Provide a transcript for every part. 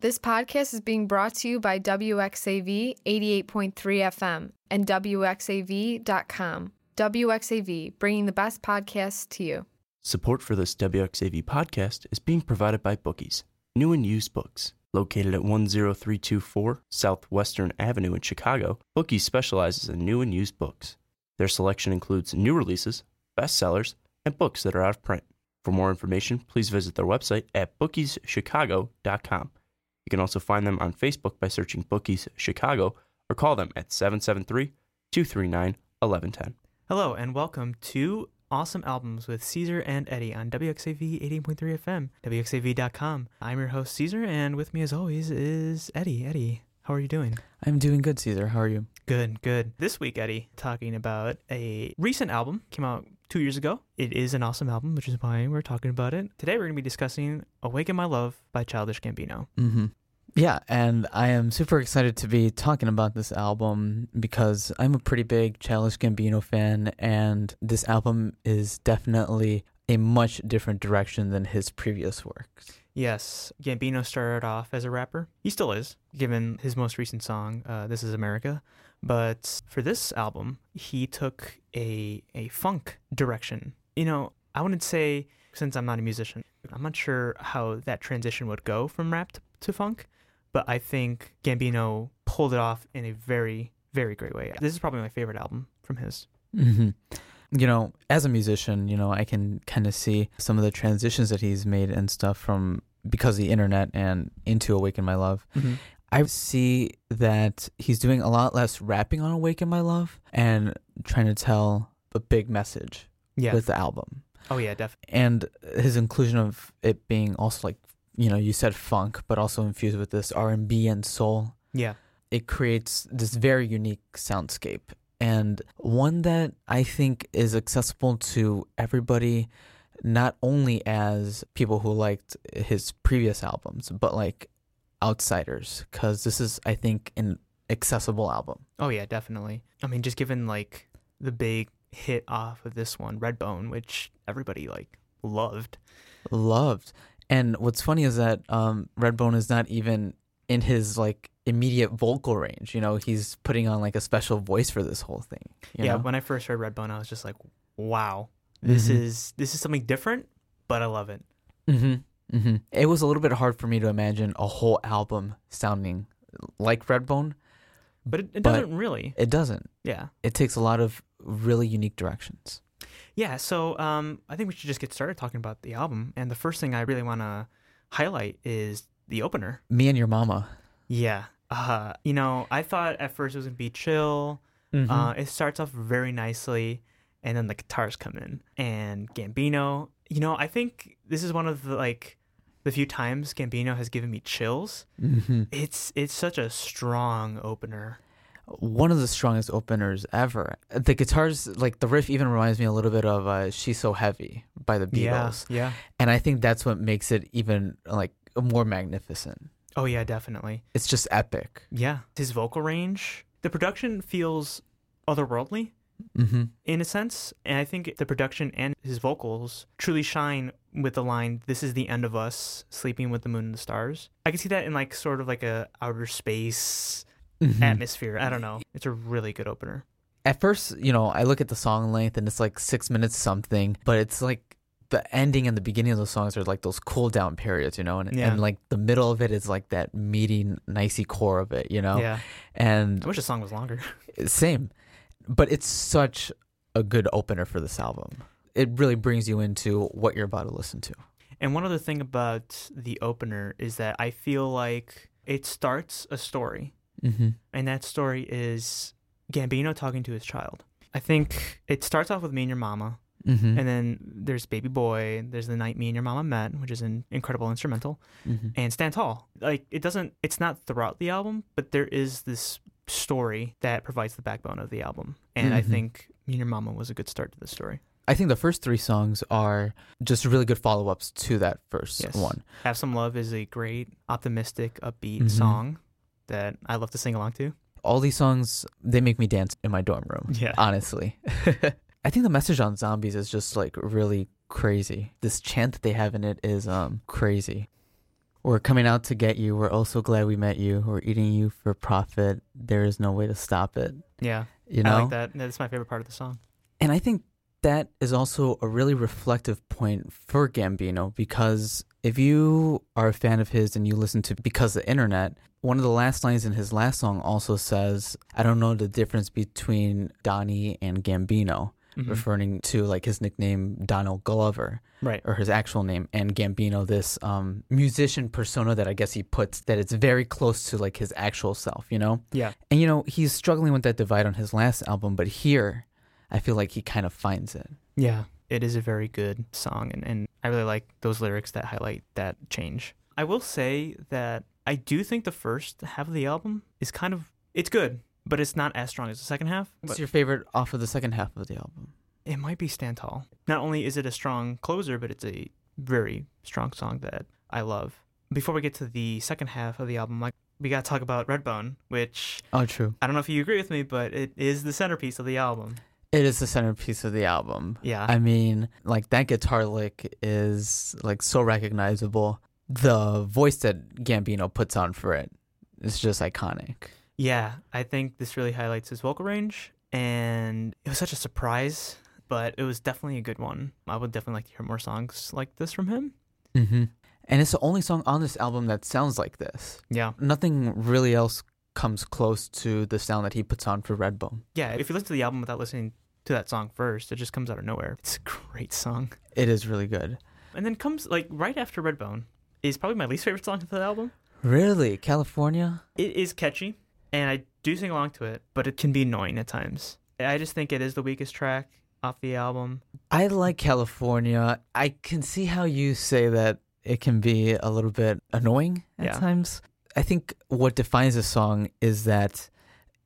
This podcast is being brought to you by WXAV 88.3 FM and WXAV.com. WXAV, bringing the best podcasts to you. Support for this WXAV podcast is being provided by Bookies, new and used books. Located at 10324 Southwestern Avenue in Chicago, Bookies specializes in new and used books. Their selection includes new releases, bestsellers, and books that are out of print. For more information, please visit their website at bookieschicago.com. You can also find them on Facebook by searching Bookies Chicago or call them at 773 239 1110. Hello and welcome to Awesome Albums with Caesar and Eddie on WXAV 88.3 FM, WXAV.com. I'm your host, Caesar, and with me as always is Eddie. Eddie, how are you doing? I'm doing good, Caesar. How are you? Good, good. This week, Eddie, talking about a recent album, came out two years ago. It is an awesome album, which is why we're talking about it. Today, we're going to be discussing Awaken My Love by Childish Gambino. Mm-hmm. Yeah, and I am super excited to be talking about this album because I'm a pretty big Childish Gambino fan, and this album is definitely a much different direction than his previous works. Yes, Gambino started off as a rapper. He still is, given his most recent song, uh, This Is America. But for this album, he took a, a funk direction. You know, I wouldn't say, since I'm not a musician, I'm not sure how that transition would go from rap to, to funk, but I think Gambino pulled it off in a very, very great way. This is probably my favorite album from his. Mm-hmm. You know, as a musician, you know, I can kind of see some of the transitions that he's made and stuff from because of the internet and into Awaken My Love. I see that he's doing a lot less rapping on Awaken My Love and trying to tell a big message Yeah. with the album. oh, yeah, definitely. and his inclusion of it being also like you know you said funk but also infused with this r&b and soul Yeah. it creates this very unique soundscape and one that i think is accessible to everybody not only as people who liked his previous albums but like outsiders because this is i think an accessible album Oh yeah, definitely. I mean, just given like the big hit off of this one, Redbone, which everybody like loved. loved. And what's funny is that um, Redbone is not even in his like immediate vocal range. You know, he's putting on like a special voice for this whole thing. you yeah, know? when I first heard Redbone, I was just like, wow, this Mhm. is this is something different, but I love it. Mm-hmm. Mm-hmm. It was a little bit hard for me to imagine a whole album sounding like Redbone. But it, it But- doesn't really. It doesn't. Yeah. It takes a lot of really unique directions. Yeah, so um I think we should just get started talking about the album. And the first thing I really want to highlight is the opener. Me and your mama. Yeah. Uh, you know, I thought at first it was gonna be chill. Uh, it starts off very nicely, and then the guitars come in. And Gambino, you know, I think this is one of the like the few times Gambino has given me chills. mm-hmm. It's it's such a strong opener. one of the strongest openers ever. The guitars, like the riff, even reminds me a little bit of uh, "She's So Heavy" by the Beatles. yeah. and I think that's what makes it even like more magnificent. Oh yeah, definitely. It's just epic. Yeah, his vocal range, the production feels otherworldly Mm-hmm. in a sense, and I think the production and his vocals truly shine with the line "This is the end of us, sleeping with the moon and the stars." I can see that in like sort of like a outer space Hmm. atmosphere. I don't know. It's a really good opener. At first, you know, I look at the song length and it's like six minutes something, but it's like the ending and the beginning of those songs are like those cool down periods, you know, and, Yeah. and like the middle of it is like that meaty, nicey core of it, you know, Yeah. and I wish the song was longer. same, but it's such a good opener for this album. It really brings you into what you're about to listen to. And one other thing about the opener is that I feel like it starts a story, Mm-hmm. and that story is Gambino talking to his child. I think it starts off with me and your mama, Mm-hmm. and then there's baby boy, there's the night me and your mama met, which is an incredible instrumental, mm-hmm. and stand tall. Like it doesn't, it's not throughout the album, but there is this story that provides the backbone of the album, and I Mhm. think me and your mama was a good start to the story. I think the first three songs are just really good follow ups to that first Yes. one. Have Some Love is a great, optimistic, upbeat Mhm. song that I love to sing along to. All these songs, they make me dance in my dorm room, Yeah. honestly. I think the message on zombies is just like really crazy. This chant that they have in it is um crazy. We're coming out to get you. We're also glad we met you. We're eating you for profit. There is no way to stop it. Yeah, You know? I like that. That's my favorite part of the song. And I think that is also a really reflective point for Gambino because if you are a fan of his and you listen to Because the Internet, one of the last lines in his last song also says, I don't know the difference between Donnie and Gambino, Mhm. referring to like his nickname Donald Glover Right. or his actual name and Gambino, this um, musician persona that I guess he puts that it's very close to like his actual self, you know? Yeah. And you know, he's struggling with that divide on his last album, but here I feel like he kind of finds it. Yeah, it is a very good song, and, and I really like those lyrics that highlight that change. I will say that I do think the first half of the album is kind of it's good, but it's not as strong as the second half. What's But your favorite off of the second half of the album? it might be Stand Tall. Not only is it a strong closer, but it's a very strong song that I love. Before we get to the second half of the album, like we gotta talk about Redbone, which Oh, true. I don't know if you agree with me, but it is the centerpiece of the album. It is the centerpiece of the album. Yeah, I mean, like that guitar lick is like so recognizable. The voice that Gambino puts on for it is just iconic. Yeah, I think this really highlights his vocal range, and it was such a surprise, but it was definitely a good one. I would definitely like to hear more songs like this from him. Mm-hmm. And it's the only song on this album that sounds like this. Yeah, Nothing really else comes close to the sound that he puts on for Redbone. yeah. If you listen to the album without listening to that song first, it just comes out of nowhere. It's a great song, It is really good. and then comes like right after Redbone is probably my least favorite song of the album. Really? California? It is catchy, and I do sing along to it, but it can be annoying at times. I just think it is the weakest track off the album. I like California. I can see how you say that it can be a little bit annoying at Yeah. times. I think what defines a song is that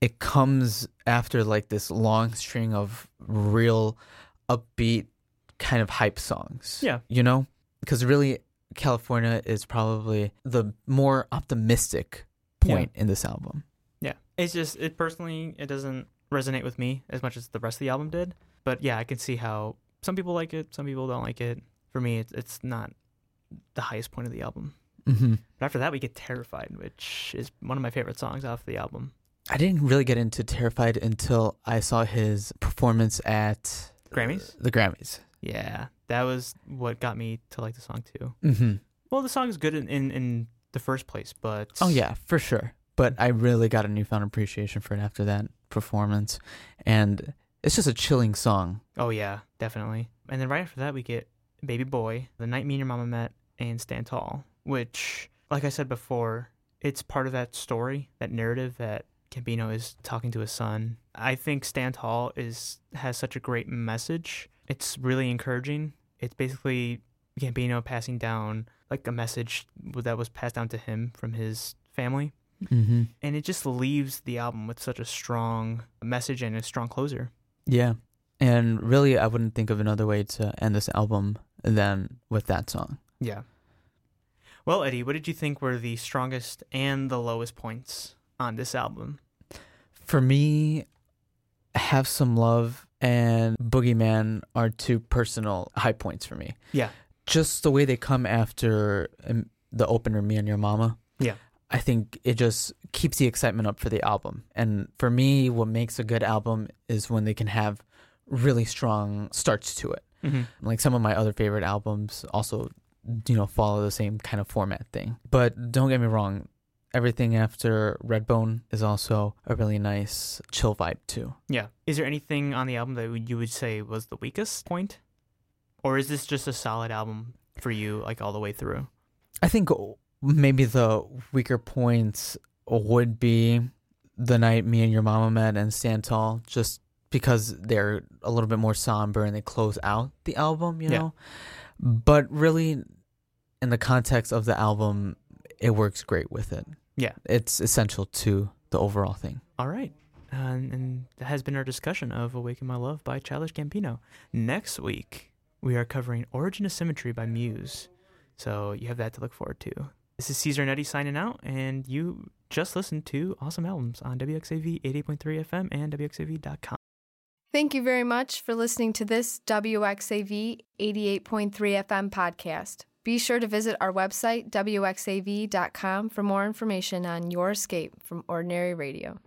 it comes after like this long string of real upbeat kind of hype songs. Yeah. You know? Because really, California is probably the more optimistic Yeah. point in this album. Yeah. It's just it personally it doesn't resonate with me as much as the rest of the album did. But yeah, I can see how some people like it, some people don't like it. For me, it's it's not the highest point of the album. Mm-hmm. But after that, we get Terrified, which is one of my favorite songs off the album. I didn't really get into Terrified until I saw his performance at Grammys? The Grammys. Yeah, that was what got me to like the song too. Mm-hmm. Well, the song is good in in, in the first place, but Oh yeah, for sure. But I really got a newfound appreciation for it after that performance, and it's just a chilling song. oh yeah, definitely. And then right after that, we get Baby Boy, The Night Me and Your Mama Met, and Stand Tall, which, like I said before, it's part of that story, that narrative that Gambino is talking to his son. I think Stand Tall is has such a great message. It's really encouraging. It's basically Gambino passing down like a message that was passed down to him from his family, Mm-hmm. and it just leaves the album with such a strong message and a strong closer. Yeah, and really, I wouldn't think of another way to end this album than with that song. Yeah. Well, Eddie, what did you think were the strongest and the lowest points on this album? For me, "Have Some Love" and "Boogeyman" are two personal high points for me. Yeah. just the way they come after um, the opener me and your mama Yeah. i think it just keeps the excitement up for the album and for me what makes a good album is when they can have really strong starts to it Mm-hmm. like some of my other favorite albums also you know follow the same kind of format thing but don't get me wrong everything after redbone is also a really nice chill vibe too Yeah. Is there anything on the album that you would say was the weakest point? Or is this just a solid album for you, like all the way through? I think maybe the weaker points would be the night me and your mama met and Stand Tall, just because they're a little bit more somber and they close out the album, you Yeah. know. But really, in the context of the album, it works great with it. Yeah. it's essential to the overall thing. All right. And, and that has been our discussion of Awaken My Love by Childish Gambino. Next week, we are covering Origin of Symmetry by Muse. So you have that to look forward to. This is Caesar Netty signing out, and you just listened to Awesome Albums on WXAV 88.3 FM and WXAV.com. Thank you very much for listening to this WXAV 88.3 FM podcast. Be Be sure to visit our website, wxav.com, for more information on your escape from ordinary radio.